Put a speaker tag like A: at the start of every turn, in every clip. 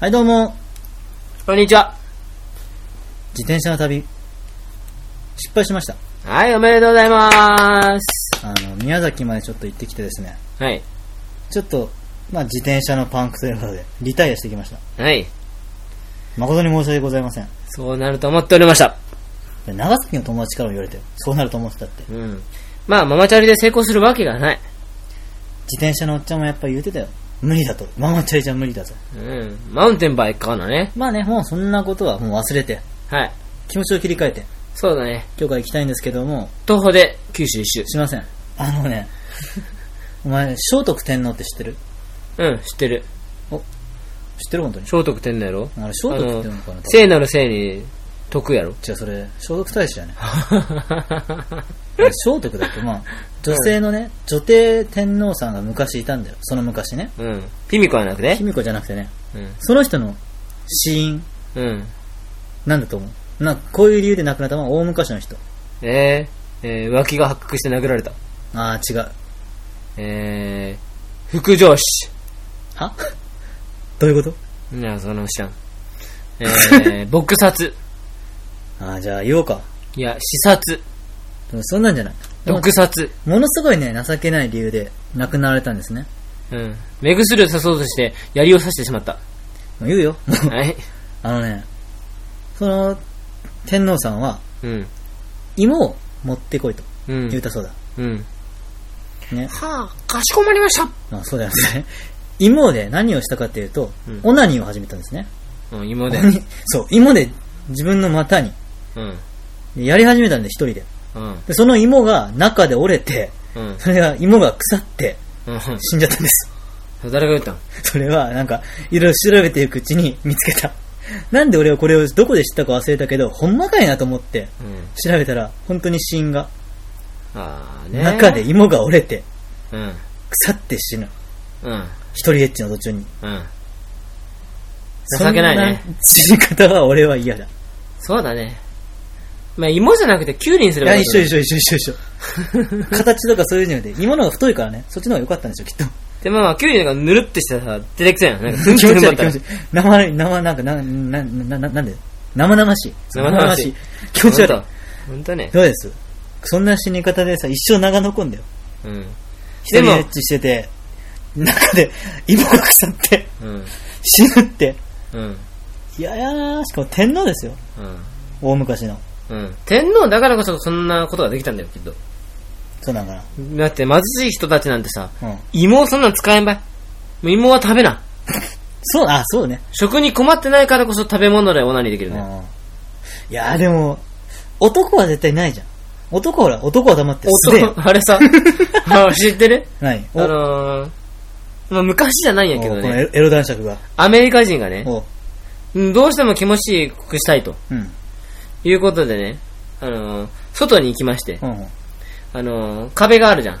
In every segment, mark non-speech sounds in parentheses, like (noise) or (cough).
A: はい、どうも。
B: こんにちは。
A: 自転車の旅。失敗しました。
B: はい、おめでとうございます。
A: あの、宮崎までちょっと行ってきてですね。
B: はい。
A: ちょっと、まあ、自転車のパンクということで、リタイアしてきました。
B: はい。
A: 誠に申し訳ございません。
B: そうなると思っておりました。
A: で長崎の友達からも言われてよそうなると思ってたって。自
B: うん。まあ、ママチャリで成功するわけがない。
A: 転車のおっちゃんもやっぱ言うてたよ。無理だと。ママチャリじゃ無理だと。
B: うん。マウンテンバイク買うのね。
A: まあね、もうそんなことはもう忘れて、
B: はい。
A: 気持ちを切り替えて、
B: そうだね。
A: 今日から行きたいんですけども、
B: 徒歩で九州一周。
A: しません。あのね、お前、聖徳天皇って知ってる
B: うん、知ってる。
A: 知ってる本当に。
B: 聖徳天皇やろ
A: あれ聖徳っていうのかな
B: あ聖なる聖に徳 (laughs) やろ
A: 違う、それ、聖徳太子じゃね。あれ聖徳だっけまあ、女性のね、女帝天皇さんが昔いたんだよ。その昔ね。
B: うん。ピミコはなくね
A: 卑。弥呼じゃなくてね。
B: うん。
A: その人の死因、
B: うん。
A: なんだと思うなんかこういう理由で亡くなったのは大昔の人。
B: えー、えー、脇が発覚して殴られた。
A: ああ、違う。
B: えー、副上司。
A: は (laughs) どういうこと
B: いや、その知らん。え
A: (laughs)
B: ー、撲殺。
A: ああ、じゃあ言おうか。
B: いや、視察。
A: でもそんなんじゃない。でも
B: 毒殺。
A: ものすごいね、情けない理由で亡くなられたんですね。
B: うん。目薬を刺そうとして、槍を刺してし
A: (laughs)
B: まった。
A: もう言うよ。もう
B: はい。
A: あのね、その、天皇さんは、
B: うん。
A: 芋を持ってこいと
B: う。
A: 言うんたそうだ。
B: うん。
A: ね。
B: はあ、かしこまりました。
A: まあそうだよね。 (laughs) 芋で何をしたかっていうと、
B: うん
A: オナニーを始めたんですね。
B: うん、
A: (laughs)
B: 今で。
A: そう、芋で自分の股に、
B: うん。
A: やり始めたんで、一人で。
B: うん。
A: で、その芋が中で折れて、
B: うん。
A: それが、芋が腐って
B: うん。
A: 死んじゃったんです。 (laughs)
B: 誰が言ったの
A: それは、なんか、いろいろ調べていくうちに見つけた。 (laughs) なんで俺はこれをどこで知ったか忘れたけど、ほんまかいなと思って、
B: うん。
A: 調べたら、本当に死因が、
B: ああね。
A: 中で。芋が折れて、
B: うん。
A: 腐って死ぬ。
B: うん。
A: 一人エッチの途中に。
B: うん。情けないね
A: そんな死に方は俺は嫌だ。
B: そうだね。まあ、芋じゃなくて、キュウリにす
A: い
B: れば
A: や、
B: よ
A: 一
B: か
A: 緒
B: った
A: 一緒一緒一緒
B: (laughs)
A: 一緒。形とかそういうので、芋の方が太いからね、そっちの方が良かったんでしょ、きっと。
B: で、まあ、キュウリなんかぬるってしてさ、出てきたやん。なんか、
A: 気持ち
B: ぬ
A: 悪
B: る
A: い
B: っ
A: 気
B: てな
A: 持
B: っ
A: ち悪い。生々、生、なんか、な、な、な、ななんで生々しい。
B: 生々しい
A: 気持ち悪
B: た
A: い。
B: ほんとね。
A: どうですそんな死に方でさ、一生長残んだよ。
B: うん。
A: 一
B: で
A: 人
B: も
A: エッチしてて、中で芋が腐って、
B: うん。
A: 死ぬって。
B: うん。
A: いやいやー、しかも天皇ですよ。
B: うん。
A: 大昔の。
B: うん。天皇だからこそそんなことができたんだよ、きっと。
A: そうなんかな。
B: だって貧しい人たちなんてさ、
A: うん。
B: 芋をそんなん使えんばい。もう芋は食べな。
A: そう、あ、そうね。
B: 食に困ってないからこそ食べ物でオナニーできるね。
A: うんいやーでも、男は絶対ないじゃん。男はほら、男は黙って素手よ。
B: (laughs) 男、あれさ、
A: (laughs)
B: あの知ってる
A: 何
B: (laughs) あのー、まあ、昔じゃないんやけど
A: おこの
B: ね。
A: エロエロ男爵が。
B: アメリカ人がね、
A: お
B: うんどうしても気持ちよくしたいと
A: うん。
B: いうことでね、あのー、外に行きまして、
A: うん。
B: あのー、壁があるじゃん。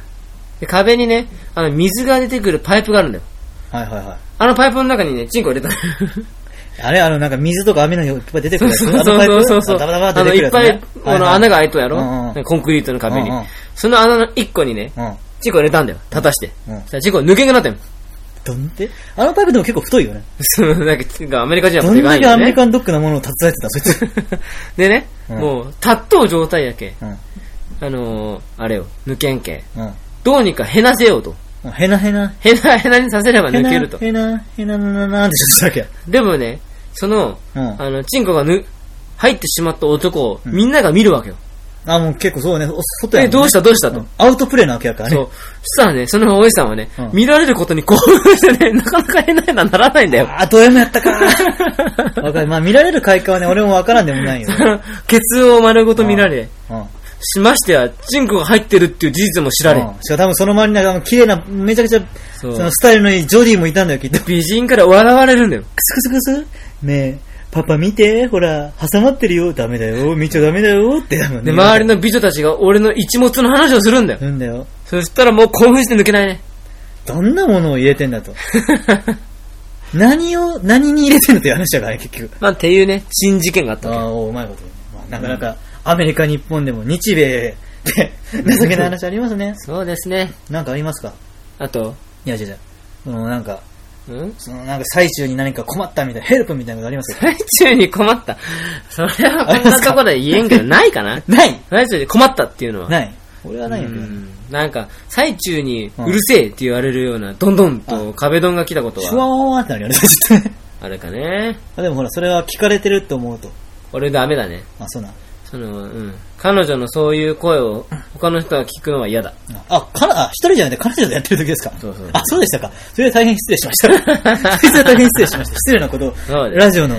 B: で壁にね、あの、水が出てくるパイプがあるんだよ。
A: はいはいは
B: あのパイプの中にね、チンコ入れ
A: (laughs)
B: たの。
A: い。あれ、あの、なんか水とか雨のよいっぱい出てく
B: そ
A: る
B: う
A: やつ。
B: そう
A: あのパイプ
B: そうそう。
A: ダバダバ
B: あ
A: って
B: の、
A: 出
B: いっ
A: てく
B: ぱ
A: るや
B: い
A: つ、ね。
B: あの、穴が開いとやろ
A: うんうん
B: コンクリートの壁に
A: うんうん。
B: その穴の一個にね、
A: が。うん。
B: チンコ入れたんだよ。立たして
A: うん。
B: そしたらチンコ抜けんくなったよ。
A: どんであのパイプでも結構太いよね。
B: そう、 (laughs) なんかチンコ、アメリカ人は
A: ど
B: もうんでか
A: だ
B: い
A: け
B: よ
A: アメリ
B: ね。
A: カンドッグなものを携えてた、そいつ。
B: (laughs) でね、
A: うん
B: もう、立っとう状態やけ。
A: うん。
B: あのー、あれよ、抜けんけ。
A: うん
B: どうにかへなせようと。
A: うん。へなへな。
B: へな、へなにさせれば
A: へ
B: 抜
A: な、
B: けると。
A: へな、へななななってちょっとだ
B: でもね、その、
A: け。うん。
B: あの、チンコがぬ、入ってしまった男を、みんなが見るわけよ。
A: あ、もう結構そうね。お外や
B: え、
A: もんね
B: どうしたどうしたと
A: うん。アウトプレイなわけやからね。
B: そう。したらね、そのおじさんはね、
A: うん
B: 見られることに興奮してね、な (laughs) かなか変な変なならないんだよ。 (laughs)
A: あー、ド M やったかーわかる。まあ見られる快感はね、俺もわからんでもないよ。
B: ケツを丸ごと見られ、
A: うん。
B: しましてや、チンコが入ってるっていう事実も知られ、
A: うんしかも多分その周りになんかあの綺麗な、めちゃくちゃ、そ
B: そう
A: のスタイルのいいジョディもいたんだよ、きっと。ク
B: 美人から笑われるんだよ。
A: スクスクスねえ、パパ見て、ほら、挟まってるよ、ダメだよ、見ちゃダメだよ、って、なんかね
B: で、周りの美女たちが俺の一物の話をするんだよ。
A: なんだよ。
B: そしたらもう興奮して抜けないね。
A: どんなものを入れてんだと。何を、何に入れてんのっていう話だからね、結局。
B: (laughs) まあ、っていうね、新事件があった
A: あ
B: わけ。
A: あ、おうまいこと言うねまあなかなか、アメリカ、日本でも日米で、 (laughs) 情けない話ありますね。
B: そうですね。
A: なんかありますか
B: あと、
A: いや、違う違う。そのなんか、
B: うん
A: そのなんか最中に何か困ったみたいな、ヘルプみたいなことありますか
B: 最中に困った。それはこんなところで言えんけど、ないかな
A: ない
B: 最中に困ったっていうのは。
A: ない。俺はないよ、
B: うんなんか、最中にうるせえって言われるような、どんどんと壁ドンが来たこと
A: シュワ
B: は、
A: ワワってなるよね、
B: (laughs)
A: ずっとね
B: あれかね。
A: あでもほら、それは聞かれてるって思うと。
B: 俺ダメだね。
A: あ、そうなん。
B: その、うん。彼女のそういう声を他の人が聞くのは嫌だ。
A: あ、かな、あ、一人じゃなくて彼女でやってる時ですか
B: そうそう
A: あ、そうでしたか。それは大変失礼しま
B: (laughs)
A: した。それは大変失礼しました。失礼なことを、
B: そうですね
A: ラジオの、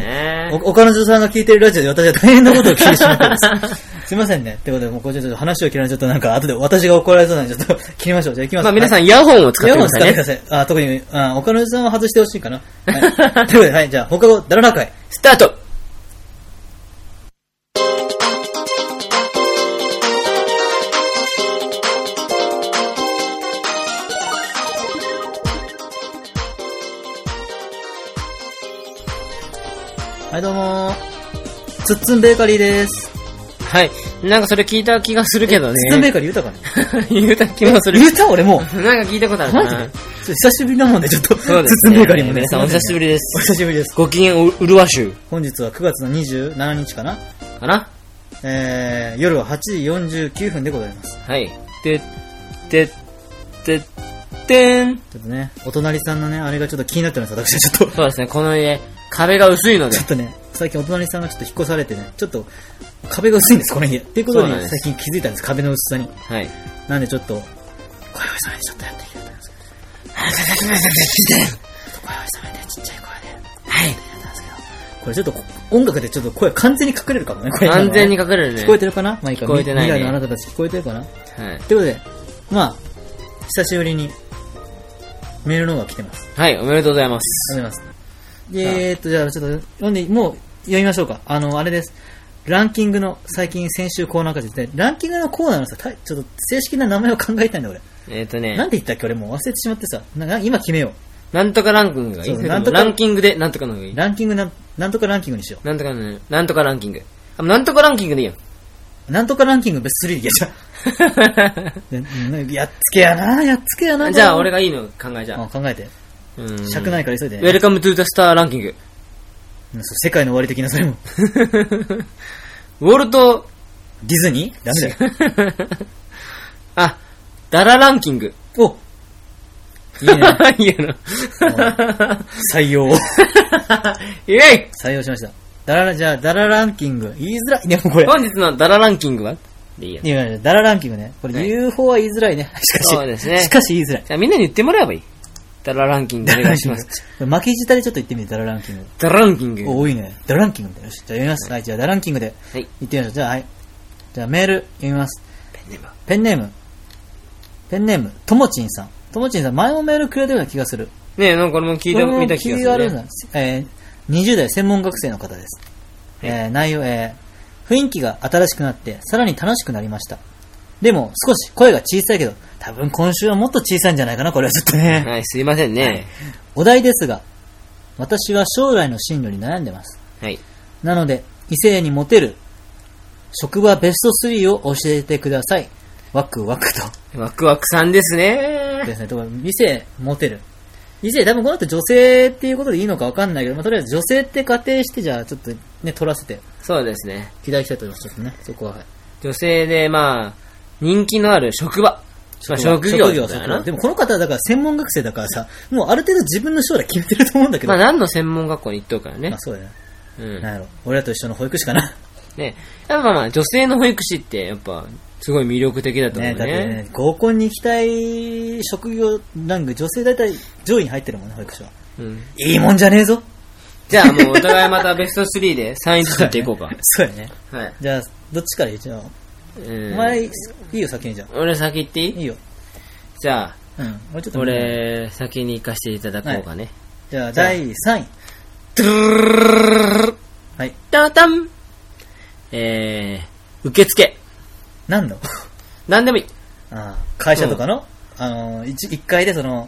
A: お、お彼女さんが聞いてるラジオで私は大変なことを聞いてしまったん
B: (laughs)
A: です。すいませんね。ってことで、もうこれちょっと話を切られちゃうとなんか後で私が怒られそうなんで、ちょっと切りましょう。じゃあ行きます。
B: まあ皆さ
A: ん、
B: んイヤホンを使
A: 使って
B: っ
A: て
B: く
A: く
B: だ
A: だ
B: さいね。
A: さい。あ、特に、あ、お彼女さんは外してほしいか
B: (laughs)
A: な。はい。ということで、はい、じゃあ、放課後、だらな会。
B: スタート
A: はい、どうもツッツンベーカリーです。
B: はい。なんかそれ聞いた気がするけど
A: ツッツンベー
B: ね。
A: カリー言うたかね
B: (laughs) 言うた気がする。
A: 言うた俺も
B: (laughs)
A: う。
B: なんか聞いたことある
A: マジ
B: な
A: で。ちょっと久しぶりなもんで、ちょっと、ツ
B: そう
A: ッ
B: です
A: ツ
B: ね
A: ンベーカリーもね。
B: 皆さんお久しぶりです
A: お (laughs) 久しぶりです。
B: ご機嫌ううるわしゅう
A: 本日は9月の27日かな、
B: かな
A: えー、夜は8時49分でございます。
B: はい。て、て、て、てん。
A: ちょっとね、お隣さんのね、あれがちょっと気になってます、私はちょっと。 (laughs)
B: そうですね、この家、壁が薄いので
A: ちょ。っとね、最近お隣さんがちょっと引っ越されてね、ちょっと壁が薄いんです、この家。っていうこと
B: そう
A: に
B: なんです
A: 最近気づいたんです、壁の薄さに。
B: はい。
A: なんでちょっと、小山さんにちょっとやっていきたいと思いますけど。小山さんでちっちゃい声で、
B: はい。
A: やったんですけど。これちょっとこ音楽でちょっと声完全に隠れるかもね、これ。
B: 完全に隠れるね。
A: 聞こえてるかなまあいいか
B: 聞こえてないね
A: 未来のあなたたち聞こえてるかな
B: はい。
A: ということで、まあ、久しぶりにメールの方が来てます。
B: はい、おめでとうございます。
A: ありがとうございます。で、えーっと、じゃあちょっと読んで、もう読みましょうか。あの、あれです。ランキングの、最近先週コーナーからですね、ランキングのコーナーのさ、たちょっと正式な名前を考えたいんだ俺。
B: えっ、とね
A: なん、て言ったっけ俺もう忘れてしまってさ、なんか今決めよ
B: なんとかランキングがいい。
A: そう
B: それとも
A: なんとか。
B: ランキングでなんとかの方がいうい。
A: ランキングなん、なんとかランキングにしよ
B: なんとかの、なんとかランキング。あ、なんとかランキングでい
A: (laughs)
B: いよ。
A: う。なんとかランキングベスト3でいや (laughs) じゃあやっつけやな、やっつけやな。
B: じゃあ、俺がいいの考えじゃ
A: うん
B: あ。
A: 考えて。
B: うん。
A: 尺ないから急いで
B: ウ
A: ね。
B: ェルカムトゥーザスターランキング。
A: うんそう世界の終わり的なそれも。 (laughs)
B: ウォルト、
A: ディズニーダメだよ。
B: (laughs) あ、ダラランキング。
A: おいい
B: い
A: ね。
B: (laughs)
A: (laughs)
B: いやな。
A: 採用。
B: イェイ
A: 採用しました。ダララ、じゃあ、ダラランキング。言いづらいね、もうこれ。
B: 本日のダラランキングはでいいや。
A: いやいやダラランキングね。これ、
B: はい
A: UFO は言いづらいね。 (laughs) しかし、
B: そうですね
A: しかし言いづらい。
B: じゃあみんなに言ってもらえばいい。ダラランキングお願いします。
A: (laughs) これ負け舌でちょっと言ってみて、ダラランキング。
B: ダラランキング。
A: お、多いね。ダラランキングだよ。よし、じゃあ読みます。はい、じゃあ、ダラランキングで
B: はい。
A: 言ってみましょう。じゃあ、はい。じゃあ、メール読みます。
B: ペンネーム。
A: ペンネーム。ペンネーム、ともちんさん。ともちんさん、前もメールくれたような気がする。
B: ねえ、なんか俺も聞い
A: こ
B: た、
A: れも
B: 見た気がす
A: 気があ
B: る、
A: る
B: ね。
A: なえー20代専門学生の方です。えー内容、えー雰囲気が新しくなって、さらに楽しくなりました。でも、少し声が小さいけど、多分今週はもっと小さいんじゃないかな、これはちょっと
B: (laughs)
A: ね。
B: はい、すいませんね。
A: お題ですが、私は将来の進路に悩んでます。
B: はい。
A: なので、異性にモテる、職場ベスト3を教えてください。ワクワクと。
B: ワクワクさんですね。
A: ですね。とか異性モテる。異性、多分この後女性っていうことでいいのかわかんないけど、まあ、とりあえず女性って仮定して、じゃあちょっとね、取らせて
B: そうですね。
A: いただきたいと思います。ちょっとね、そこは。はい
B: 女性で、まあ、人気のある職場。まあ、職業
A: 職業、
B: だ
A: 職
B: か
A: 業。
B: な
A: で。もこの方はだから専門学生だからさ、もうある程度自分の将来決めてると思うんだけど。
B: まあ、何の専門学校に行っとうからね
A: まあ。そうだよね。
B: うん。
A: なんやろ。俺らと一緒の保育士かな。
B: ねやっぱまあ、女性の保育士って、やっぱ、すごい魅力的だと思
A: ね
B: う
A: だって
B: ね。
A: ね、合コンに行きたい職業ランク、女性大体上位に入ってるもんね、保育士は。
B: うん。
A: いいもんじゃねえぞ。
B: じゃあもう、お互いまたベスト3で3位ずつやって
A: (laughs)
B: いこうか。
A: そうやね。
B: はい。
A: じゃあ、どっちから言っちゃおう。
B: うん
A: お前、いいよ、先にじゃあ。
B: 俺先行ってい
A: い
B: い
A: いよ。
B: じゃあ、
A: うん。俺ちょっと見る
B: 俺、先に行かせていただこうかね。
A: じゃあ、第3位。
B: ドゥルルルルル
A: はい。
B: タタンえー、受付。
A: 何の
B: 何でもいい。
A: (laughs) ああ会社とかの、あの、一一階でその、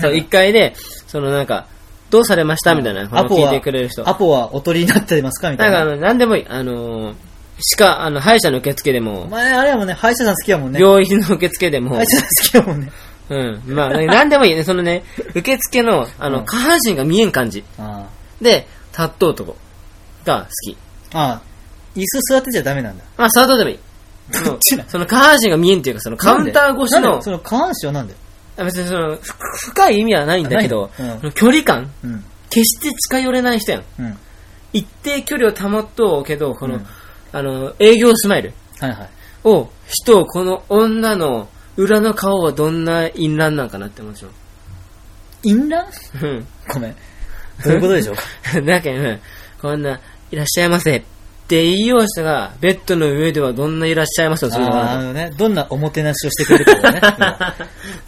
B: そう、一回で、そのなんか、どうされましたみたいな、
A: ア
B: こ
A: ポ
B: の聞い
A: は
B: てくれる人。、
A: アポはおとりになってますかみた
B: ないんかあ
A: な。
B: の、何でもいい。あのー、歯科、あの、歯医者の受付で
A: お
B: も、
A: 前、あれやもんね、歯医者さん好きやもんね。
B: 病院の受付でも
A: 歯医、者さん好きやもんね。
B: うん。まあ、なんでもいいね。そのね、受付の、あ
A: う
B: の、
A: ん
B: 下半身が見えん感じ。
A: あ
B: で、立っとうとこが好き。
A: あ。ああ。椅子座ってちゃダメなんだ。
B: まあ、座っとうでもいい。
A: どっちな
B: その下半身が見えんっていうか、そのカウンター越し
A: なん
B: の
A: でそ、の下半身はなんだよ。
B: あ別にその、ふ深い意味はないんだけど、
A: あないうん
B: その距離感
A: うん。
B: 決して近寄れない人やん。
A: うん。
B: 一定距離を保っとうけど、こ
A: う
B: の、
A: ん
B: あの、営業スマイル
A: はいはい。
B: を、人、この女の裏の顔はどんな淫乱なんかなってもちろん。
A: 淫乱
B: うん。
A: ごめん。どういうことでしょう
B: (laughs) だけど、こんな、いらっしゃいませって言いよう人が、ベッドの上ではどんないらっしゃいませをするの
A: ああ
B: か
A: のね、どんなおもてなしをしてくれるか
B: (laughs)
A: をね。今
B: な。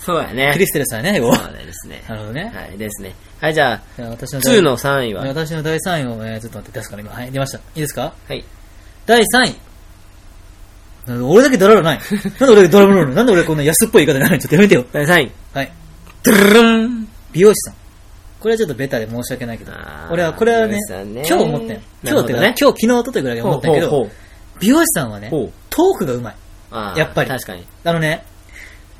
B: そうやね。
A: クリステルさんね、要
B: そ
A: は
B: うですね。
A: なるほどね。
B: はい、ですね。はい、じゃあ、
A: じゃあ私の第
B: 2の3位は。
A: 私の第3位を、えー、ちょっと待って、出すから今。はい、出ました。いいですか
B: はい。
A: 第3位。なんで俺だけドラロない。なんで俺だけドラロなのなんで俺こんな安っぽい言い方になるのちょっとやめてよ。
B: 第3位。
A: はい。
B: ドゥルルン
A: 美容師さん。これはちょっとベタで申し訳ないけど
B: あ。ー
A: 俺は、これはね
B: 美容師さんね
A: 今日思ったよ。
B: な
A: 今
B: る
A: 日っ
B: ほ
A: て
B: ど
A: か、
B: ね
A: 今日昨日おとといぐらいに思ったけど、
B: う
A: 美容師さんはね、
B: ほう
A: トークがうまい。
B: あー
A: やっぱり
B: 確かに。
A: あのね、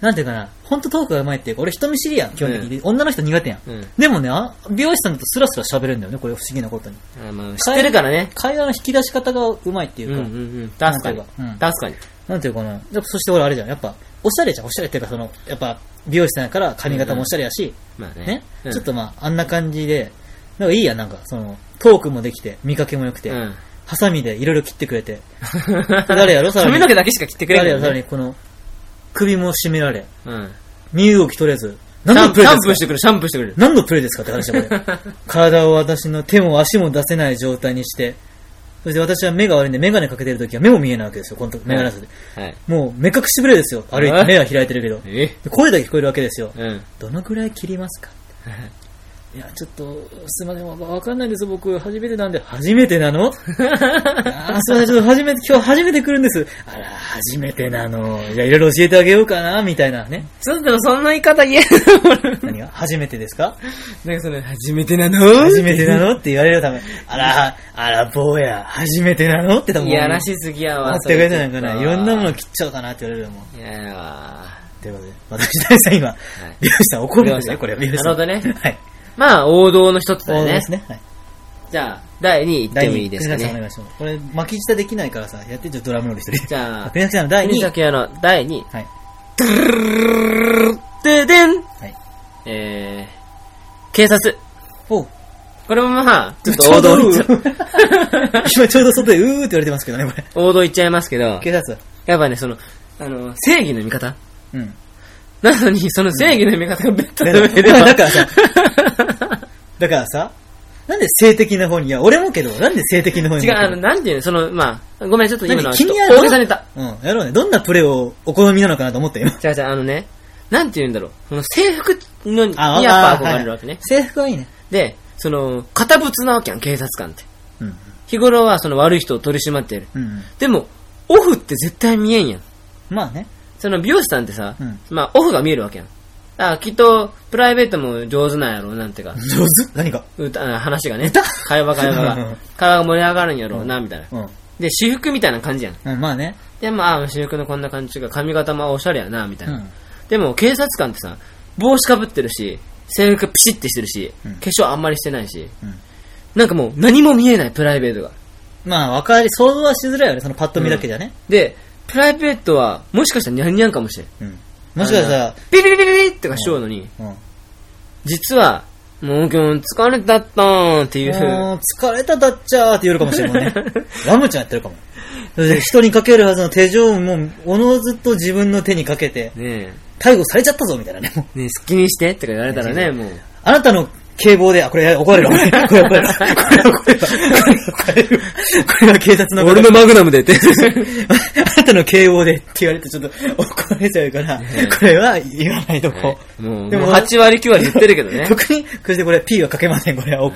A: なんていうかな、ほんとトークがうまいっていうか、俺人見知りやん、基本的に。女の人苦手やん。
B: うん
A: でもね、あ美容師さんとスラスラ喋るんだよね、これ不思議なことに。
B: あーまあ知ってるからね。
A: 会話の引き出し方がうまいっていううんか、
B: うんうん。確かに
A: なんていうかうん。
B: 確かに。
A: なんていうかな、やっぱそして俺あれじゃん、やっぱ、おしゃれじゃん、おしゃれっていうか、その、やっぱ、美容師さんやから髪型もおしゃれやし、
B: まあね。
A: ね、
B: うん
A: ちょっとまあ、あんな感じで、なんかいいやん、なんか、その、トークもできて、見かけも良くて、
B: うん。
A: ハサミでいろいろ切ってくれて、
B: (laughs)
A: 誰やろさらに
B: 髪の毛だけしか切ってくれ
A: 誰
B: な
A: や
B: い
A: さらにこの、首も締められ、
B: うん。
A: 身動き取れず、
B: シ
A: 何
B: ャ
A: の
B: ン
A: プ
B: シ
A: レー
B: ャンプー
A: で
B: し
A: すか
B: てくる、シャンプーしてくる。
A: 何のプレーですかって話だ、こ (laughs) れ。体を私の手も足も出せない状態にして、そして私は目が悪いんで、眼鏡かけてる時は目も見えないわけですよ、この時、眼鏡なしで。
B: はい。
A: もう目隠しプレイですよ。歩いて
B: え
A: 目は開いてるけど。
B: え
A: で声だけ聞こえるわけですよ。
B: うん。
A: どのくらい切りますかいや、ちょっと、すいません、わわかんないです、僕、初めてなんで。初めてなのあーすいません、ちょっと初めて、今日初めて来るんです。あら、初めてなの。じゃあ、いろいろ教えてあげようかな、みたいなね。
B: ちょっとそんな言い方言え (laughs) ない。
A: 何が初めてですか
B: なんかその、初めてなの
A: 初めてなのって言われる
B: (laughs)
A: ため。あら、あら、坊や、初めてなのって多分。
B: いやらしすぎや
A: あ
B: わ。
A: ってくれたなんか
B: そ
A: な。
B: れ
A: いろんなもの切っちゃおうかなって言われるもん。
B: いやいや
A: ということで、私大さん今、美容師さん怒るんですね、こ
B: 美
A: れ、
B: 容師
A: 美容師さん。
B: なるほどね
A: はい。
B: まあ、王道の一つ
A: そ
B: だ
A: う
B: よね
A: で。すね。はい。
B: じゃあ、第2位いってもいいですか
A: 第二位国崎さんお
B: ね。
A: 願いします。これ、巻き舌できないからさ、やってちょっとドラムロール一人。
B: じ (laughs) ゃあ
A: 国崎さんの第2
B: 国
A: 位。
B: 崎屋の第2位。
A: はい。
B: ででん
A: はい。
B: えー、警察。
A: おう
B: これもまあ、ちょっ
A: ちょうど
B: と王道
A: うー (laughs) 今ちょうど外でうーって言われてますけどね、これ。
B: 王道いっちゃいますけど、
A: 警察。
B: やっぱね、その、あの、正義の味方
A: うん。
B: なのに、その正義の味方がベッドの上で
A: いや
B: は。
A: だからさだからさ、なんで性的な方に、いや、俺もけど、なんで性的な方に。
B: 違う、あの、なんていうの、その、まあ、ごめん、ちょっと今の
A: 何
B: は、
A: 気
B: ちょっ
A: に
B: と
A: やろ
B: 大げさに言った。
A: うん、やろうね。どんなプレーをお好みなのかなと思った
B: (laughs)
A: よ。
B: 違う違う、あのね、なんて言うんだろう。この制服のに
A: あ
B: や
A: あ
B: っぱ憧れるわけ
A: は
B: ね
A: い。制服はいいね。
B: で、その、堅物なわけやん、警察官って。
A: うん。
B: 日頃はその悪い人を取り締まってる。
A: うん。
B: でも、オフって絶対見えんやん。
A: まあね。
B: その美容師さんってさ、
A: うん
B: まあオフが見えるわけやん。だからきっと、プライベートも上手なんやろうなんてか、
A: 上手 (laughs) 何か。
B: 歌、あ話
A: (laughs)
B: がね、会話会話
A: うんうん
B: が、会話が盛り上がるんやろうな、みたいな。
A: うん。
B: で、私服みたいな感じやん。
A: うん、まあね。
B: で、まあ、私服のこんな感じが、髪型もおしゃれやな、みたいうな。
A: ん。
B: でも警察官ってさ、帽子かぶってるし、制服ピシッてしてるし、
A: うん
B: 化粧あんまりしてないし、
A: うん
B: なんかもう何も見えないプライベートが。
A: まあ、わかり、想像はしづらいよね、そのパッと見だけじゃね。
B: で、プライベートはもしかしたらニャンニャンかもしれん。
A: うん。もしかした
B: あの
A: ら、
B: ピリピリピリってかしようのに、
A: うん。
B: 実は、もう今日疲れたったーんっていう。
A: もう、疲れただっちゃーって言うかもしれんもんね。
B: (laughs)
A: ラムちゃんやってるかも。それで人にかけるはずの手錠も、おのずと自分の手にかけて、
B: ね
A: 逮捕されちゃったぞ、みたいなね。もう
B: え、ねえ、好きにしてってか言われたらね、もう。
A: あなたの警棒で、あ、これ怒られる、これ怒られる。これ怒られる。これ怒られる。これは警察の方
B: 俺のマグナムでって。
A: あなたの警棒でって言われてちょっと怒られちゃうから、これは言わないとこう。
B: もう、
A: でも
B: もう8割9割言ってるけどね。
A: 特に、そしてこれ P はかけません、これは。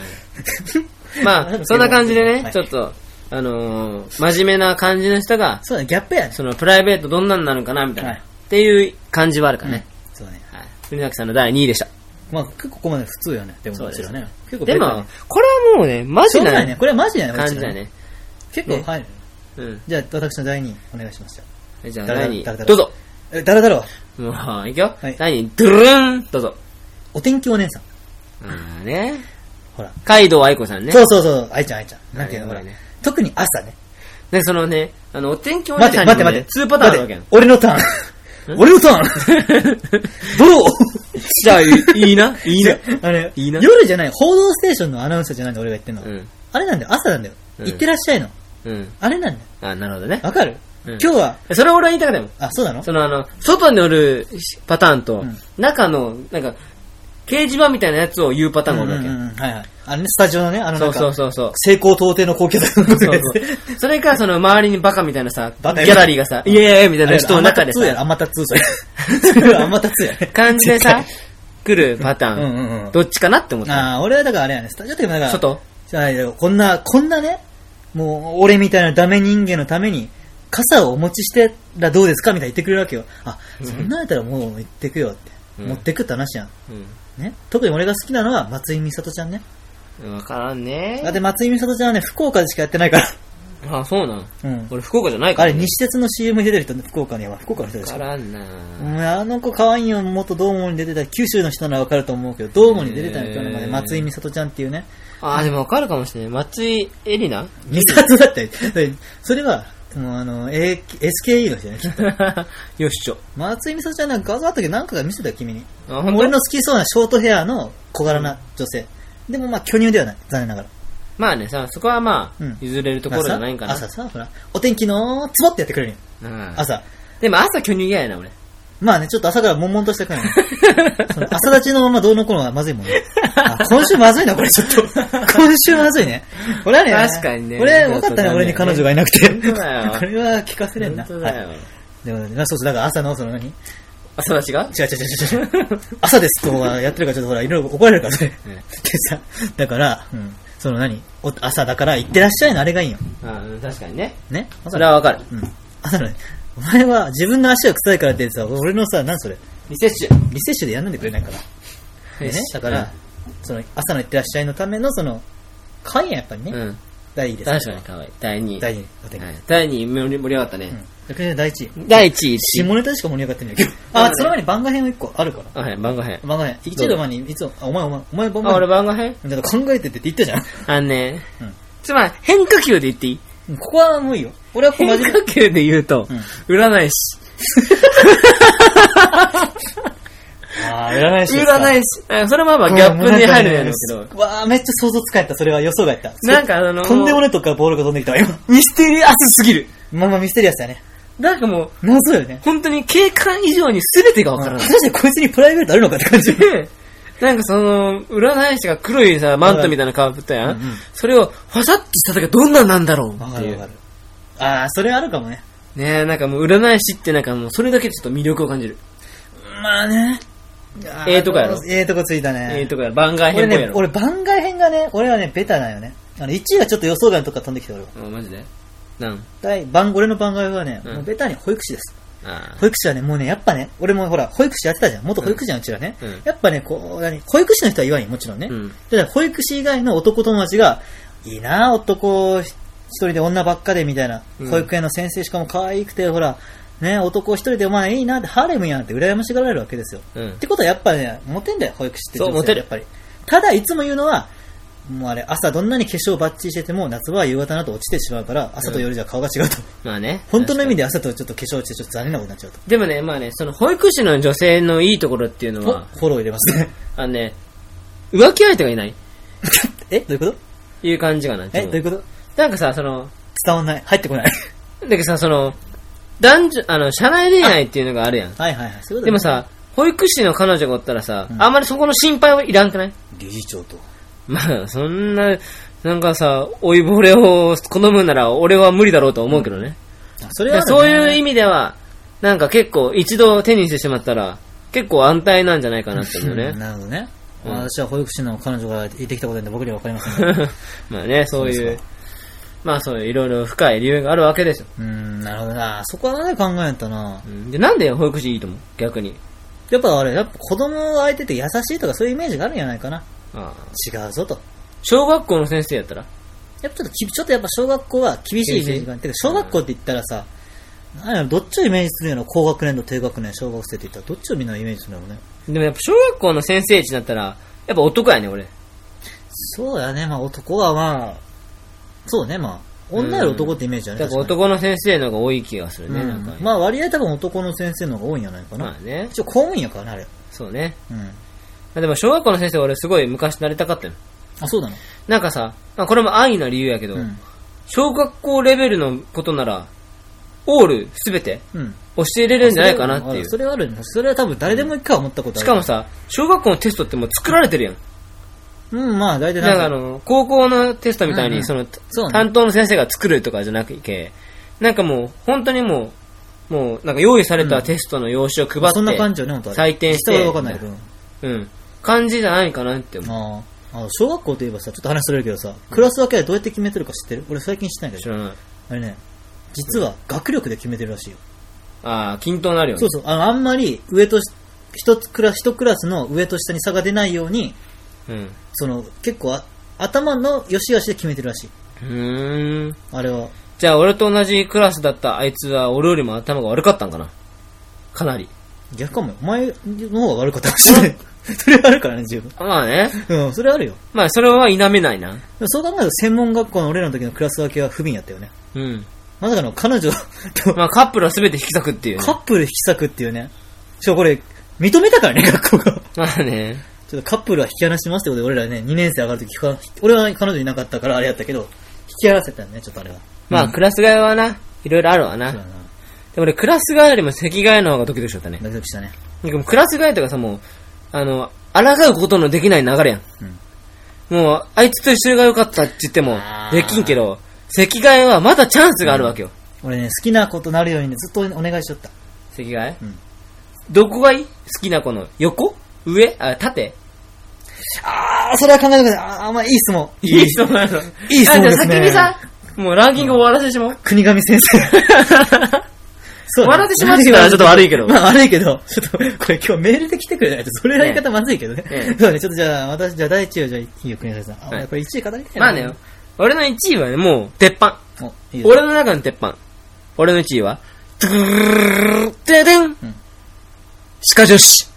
B: まあ、そんな感じでね
A: は、い
B: ちょっと、あのー、真面目な感じの人が、
A: そうだね、ギャップやね。
B: そのプライベートどんなんなのかなみたいな、
A: はい
B: っていう感じはあるからね。
A: そうだね。
B: はい。国崎さんの第2位でした。
A: まあ、結構ここまで普通よね。でも、
B: そう
A: も
B: です
A: ちろんね。結構
B: で
A: ベタ
B: も
A: ね、
B: これはもうね、マ
A: しょ
B: ジ
A: うがない
B: な
A: ね。これはマジだよね、
B: 感
A: う
B: じ
A: ち
B: だ
A: ら
B: よ。ね。
A: 結構入る。
B: うん。
A: じゃあ、私の第2位、お願いしますよ。
B: じゃあ
A: 誰だ
B: 第2
A: 誰だ
B: 位、どうぞ。
A: え、誰だろう
B: もう、いくよ。
A: はい
B: 何ドゥルーンどうぞ。
A: お天気お姉さん。
B: あーね。
A: ほら。
B: カイドウ愛子さんね。。
A: そううそうそう、愛ちゃん愛ちゃん。なんていうの、ほ
B: あれ
A: ら
B: あれね。
A: 特に朝ね。
B: で、そのね、あの、お天気お姉
A: 待っ
B: さ
A: て
B: ん
A: 待
B: に
A: っ
B: も
A: て待って。
B: ね、2パターンあるわけやん。
A: 待って俺のターン。俺のター
B: (laughs)
A: ン。どう
B: じゃあ、いいいな。いい
A: (laughs)
B: な。
A: あれ、
B: いいな
A: 夜じゃない、報道ステーションのアナウンサーじゃないんだ、俺が言ってんの
B: う。ん。
A: あれなんだよ、朝なんだよ。
B: うん
A: 行ってらっしゃいの。
B: うん。
A: あれなんだよ。
B: あ、なるほどね。
A: わかる
B: うん
A: 今日は、
B: それ俺は言いたくないもん。
A: あ、そうなの
B: そのあの、外に乗るパターンと、
A: ん
B: 中の、なんか、掲示板みたいなやつを言うパターンが
A: う
B: あ
A: ん
B: る
A: う
B: わ
A: ん
B: け。
A: うんはいはい。あのね、スタジオのね、あの
B: そ
A: なん
B: うそう
A: か、
B: そうそう。
A: 成功到底の高級だ
B: そうそうそれか、その周りにバカみたいなさ、ギ
A: バカ
B: ャラリーがさ、イエーイみたいな人の中で
A: あれ
B: さ、
A: アマタツーや、アマタツー
B: (laughs)
A: それ。それはアマタツーやね。
B: 感じでさ、来るパタ
A: うん
B: ーン。
A: うんう
B: どっちかなって思っ
A: ん。
B: た。
A: ああ、俺はだからあれやね、スタジオっていうのはだから、
B: 外
A: じゃないよこんな、こんなね、もう、俺みたいなダメ人間のために、傘をお持ちしてらどうですかみたいな言ってくれるわけよ。あ、そんなんやったらもう行ってくよって。
B: うん
A: 持ってくって話やん。
B: う
A: ね。特に俺が好きなのは松井美里ちゃんね。
B: ん。わか
A: だ
B: らん
A: っ
B: ね。
A: て松井美里ちゃんはね、福岡でしかやってないから。
B: あ、そうなん。
A: うん。
B: 俺、福岡じゃないか
A: あ
B: ら
A: れ、
B: ね。
A: 西鉄の CM に出てる人ね、福岡のやばい福岡の人で
B: わ
A: し
B: か
A: ょ。
B: らんな。
A: うんあの子可愛いよ、元ドームに出てた、九州の人ならわかると思うけど、ドームに出てたの、
B: へー
A: 去年まで、松井美里ちゃんっていうね。
B: あ、でもわかるかもしれない。松井エリナ
A: 美里だったり、でそれは、もうあの、A、SKE の人ね、きっと。
B: (laughs) よっしょ。
A: 松井美里ちゃんなんか画像あったけど、なんかが見せたよ、君に。
B: あ、ほん
A: 俺
B: と
A: の好きそうなショートヘアの小柄な女性。でもまあ、巨乳ではない、残念ながら。
B: まあね、さ、そこはま
A: う
B: あ
A: ん、
B: 譲れるところじゃないんかな。
A: 朝さ、ほら、お天気のツボってやってくれるよ、
B: うん
A: 朝。
B: でも朝巨乳嫌やな、
A: (laughs)
B: 俺。
A: まあね、ちょっと朝から悶々としたからね。その朝立ちのままどうのこうのはまずいもんね。あ今週まずいな、これちょっと。今週まずいね。これはね、
B: 確かにね
A: これよかったね、俺に彼女がいなくて。
B: 本当だよ
A: これは聞かせれんな。
B: 本当だよ
A: はい。でもね、まあそうそう、だから朝のその何違う
B: 朝立ちが
A: 違う違う違う。朝ですとはやってるからちょっとほら、いろいろ怒られるからね。
B: うん
A: でさ、だから、うん、その何お朝だから行ってらっしゃいのあれがいいよ。
B: あうん確かにね。
A: ね
B: それはわかる。
A: うん。朝のね、お前は自分の足が臭いからってさ、俺のさ、何それ
B: リセッシュ。
A: リセッシュでやんないでくれないかな。でね、だから、その朝のいってらっしゃいのための、その、可愛いやんやっぱり
B: う
A: ね。
B: ん、うん。
A: 第一です。
B: 確かに可愛い。第2位。
A: 第二お天気。
B: はい第2位盛り盛り上がった
A: う
B: ね。
A: ん。逆に第一位。
B: 第1位、
A: 下ネタしか盛り上がってないけど。あ、その前に番外編を一個あるから。
B: あはい、番号編。
A: 番外編。一度前に、いつも、あ、お前お前、お前番
B: あ、
A: 外
B: 俺
A: 編。
B: 番号編
A: だから考えてってって言ったじゃん
B: あのね、
A: うん
B: つまり変化球で言っていい
A: うん。ここはもういいよ。俺はここ真
B: (laughs)
A: 面
B: 変化球で言うと、占い師。
A: 目。あー、占い
B: 占い師。あそれもまあギャップに入るやろう
A: (laughs)
B: けど。
A: ど。わー、めっちゃ想像つかえた。それは予想外やった。
B: (laughs) なんかあの
A: とんでもないとこからボールが飛んできたわ、今。
B: ミステリアスすぎる。
A: まあまあミステリアスやね。
B: なんかもう、
A: 謎よね。
B: 本当に警官以上に全てがわ
A: うん
B: から
A: 果
B: な
A: た
B: い。
A: してこいつにプライベートあるのかって
B: (laughs)
A: 感じ。
B: で、なんかその、占い師が黒いさ、マントみたいな顔ぶったや
A: うんうん
B: ん。それを、ファサッとした時はどんなんなんだろう
A: わ
B: っ
A: か
B: てい
A: るわか
B: う
A: る。。ああ、それあるかもね。
B: ねえ、なんかもう占い師ってなんかもうそれだけでちょっと魅力を感じる。
A: まあね。
B: ええとこやろ
A: ええとこついたね。
B: ええとか、番外
A: 俺
B: 編っぽいや
A: ね、
B: ろ。
A: 俺番外編がね、俺はね、ベタなんよね。あの、1位はちょっと予想外のとこから飛んできて、俺は。
B: あ、マジでなん
A: 第、番、俺の番外はね、
B: うん
A: もうベタに保育士です。
B: あ
A: 保育士はね、もうね、やっぱね、俺もほら、保育士やってたじゃん。元保育士じゃん、うちらね
B: うん。
A: やっぱね、こう、何保育士の人は言わんよ、もちろんね
B: あ。う。ん。
A: ただ、保育士以外の男友達が、いいなあ男一人で女ばっかでみたいな
B: う。ん
A: 保育園の先生しかも可愛くて、ほら、ね、男一人でお前いいなって、ハーレムやんって羨ましがられるわけですよ。
B: う
A: っ
B: ん。
A: てことはやっぱね、モテんだよ、保育士って。
B: そうモテる
A: やっぱり。ただ、いつも言うのは、もうあれ、朝どんなに化粧バッチリしてても、夏は夕方の後落ちてしまうから、朝と夜じゃ顔が違うと。
B: まあね。
A: 本当の意味
B: で。
A: で朝とちょっと化粧落ちてちょっと残念なことになっちゃうと。
B: でもね、まあね、その保育士の女性のいいところっていうの
A: お
B: は、
A: フォロー入れますね。
B: あのね、浮気相手がいない
A: (laughs) えどういうこと
B: いう感じかな。
A: えどういうこと
B: なんかさ、その、
A: 伝わんない。入ってこない。
B: だけどさ、その、男女、あの、社内恋愛っていうのがあるや
A: (laughs)
B: ん。
A: はいはいはい。そういうことね
B: でも、さ、保育士の彼女がおったらさ、
A: うん
B: あんまりそこの心配はいらんくない (laughs)
A: 理事長と。
B: まあ、そんな、なんかさ、老いぼれを好むなら俺は無理だろうと思うけどね。
A: あそれ
B: だか
A: は
B: ら
A: あるね、
B: そういう意味では、なんか結構一度手にしてしまったら、結構安泰なんじゃないかなって思う
A: うん
B: ね。
A: なるほどね。
B: うん
A: 私は保育士の彼女が言ってきたことなんで僕には分かりま (laughs) せんね。
B: (laughs) まあね、そう
A: そう
B: い
A: そう
B: う、まあそういういろいろ深い理由があるわけですよ。
A: うん、なるほどな。そこは何で考えたな。
B: うんで、なんで保育士いいと思う逆に。
A: やっぱあれ、やっぱ子供を相手って優しいとかそういうイメージがあるんじゃないかな。
B: ああ
A: 違うぞと。
B: 小学校の先生やったら
A: やっぱちょっとき、ちょっとやっぱ小学校は厳しいイメージがある。てか小学校って言ったらさ、なんやろどっちをイメージするんやろ高学年と低学年、小学生って言ったら、どっちをみんなイメージするんだろうね。
B: でもやっぱ小学校の先生一になったら、やっぱ男やね、俺。
A: そうやね、まあ男はまあ、そうね、まあ、女より男ってイメージだね。
B: だから
A: 確か
B: 男の先生の方が多い気がする
A: に
B: ね、
A: うん
B: なんかね。
A: まあ割合多分男の先生の方が多いんじゃないか
B: ま
A: な
B: あ。ね。
A: 一応公務員やからね、あれ。
B: そうね。
A: うん。
B: まあでも小学校の先生俺すごい昔なりたかったの。
A: あ、そうだな
B: なんかさ、まあこれも安易な理由やけど、
A: うん。
B: 小学校レベルのことなら、オールすべて
A: うん。
B: 教えれるんじゃないかなっていう。
A: それはあるね。それは多分誰でも一回は思ったことある。
B: しかも、さ、小学校のテストってもう作られてるやん。
A: うん、まあ大体
B: なんか
A: な
B: あ
A: んか、
B: の、高校のテストみたい
A: うんう
B: に、
A: ん
B: その、
A: そうね
B: 担当の先生が作るとかじゃなくて、なんかもう、本当にもう、もう、なんか用意されたテストの用紙を配って、
A: そんな感じよね、本当
B: 採点して
A: 下はわかんないけど。
B: うん。感じじゃないかなって思。
A: ああ。あの小学校といえばさ、ちょっと話それるけどさ、クラス分けはどうやって決めてるか知ってる俺最近知ってないうけ
B: 知
A: ど。
B: らない。
A: あれね、実は学力で決めてるらしいよ。
B: ああ、均等になるよね。
A: そうそう、あの、あんまり上とし、一つクラス、一クラスの上と下に差が出ないように、
B: うん。
A: その、結構あ、頭の良し悪しで決めてるらしい。
B: うーん。
A: あれは。
B: じゃあ、俺と同じクラスだったあいつは、俺よりも頭が悪かったんかな。かなり。
A: 逆かもよ。お前の方が悪かったかもしれない。それはあるからね、十分。
B: まあね。
A: うん、それはあるよ。
B: まあ、それは否めないな。
A: そう考えると、専門学校の俺らの時のクラス分けは不憫やったよね。
B: うん。
A: まさかの彼女と
B: まあ、カップルは全て引き裂くっていうね、
A: カップル引き裂くっていうね。しかもこれ、認めたからね、学校が。
B: まあね。
A: ちょっとカップルは引き離しますってことで、俺らね、2年生上がるとき、俺は彼女いなかったからあれやったけど、引き離せたんね、ちょっとあれは。
B: まあ、クラス替えはな、いろいろあるわな。
A: そう
B: で
A: だ
B: も
A: な。
B: 俺、クラス替えよりも席替えの方がドキドキしちゃったね。
A: ドキドキしたね。
B: でもクラス替えとかさ、もう、あの、抗うことのできない流れやん。
A: うん
B: もう、あいつと一緒が良かったって言っても
A: あ、ー
B: できんけど、席替えはまだチャンスがあるわけよ。
A: 俺ね、好きなことなるようにね、ずっとお願いしとった。
B: 席替え、
A: うん
B: どこがいい好きな子の横上あ、縦
A: あー、それは考えなくて、あー、あんまあいい質問。
B: いい質問なの。い
A: い質問ですね
B: 先にさ、もうランキング終わらせてしまおう。 (laughs)
A: 国神先生。そ
B: 笑ってしまった
A: (laughs)
B: らちょっと悪いけど
A: まあ悪いけど、ちょっと、これ今日メールで来てくれないと、それやり方まずいけどね。
B: ええ
A: そうね、ちょっとじゃあ、私、じゃあ第一位をじゃあ、いいよ、国神さん。あ、
B: はい
A: やっぱり1位語りたい
B: まあね、俺の1位はね、もう、鉄板。
A: おいいよ
B: 俺の中の鉄板。俺の1位は、トゥルルルルルン歯科女子。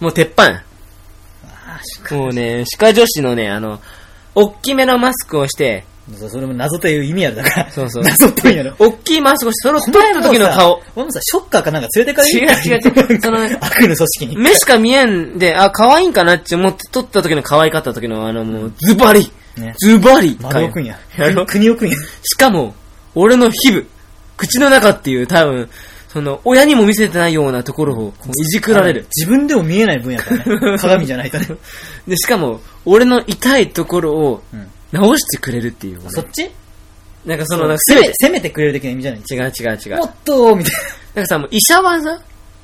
B: もう鉄板や。
A: あーし
B: もうね、歯科女子のね、あの、おっきめのマスクをして、
A: そうそれも謎という意味やろだから。
B: そうそう
A: 謎っていうんやろ。
B: おっきいマスクをして、それを取った時の顔。
A: 俺もさ、ショッカーかなんか連れてかれる
B: 違う違う違うそのね
A: 悪の組織に。
B: 目しか見えんで、あ、可愛いんかなって思って取った時の可愛かった時の、あの、もう、ズバリ
A: ね
B: ズバリ
A: 丸尾くんや。
B: やろ
A: 国尾くんや。
B: しかも、俺の皮膚、口の中っていう多分、その、親にも見せてないようなところをこういじくられる。
A: 自分でも見えない分野だ
B: (laughs)
A: からね。鏡じゃないとね。
B: で、しかも、俺の痛いところを
A: うん。
B: 直してくれるっていう。
A: そっち
B: なんかそ
A: そ
B: の、なんか
A: 攻め
B: 全
A: て、攻めてくれる的な意味じゃない。
B: て、違う違う違う。
A: も
B: なんか
A: っと、みたい
B: さ、もう医者はさ、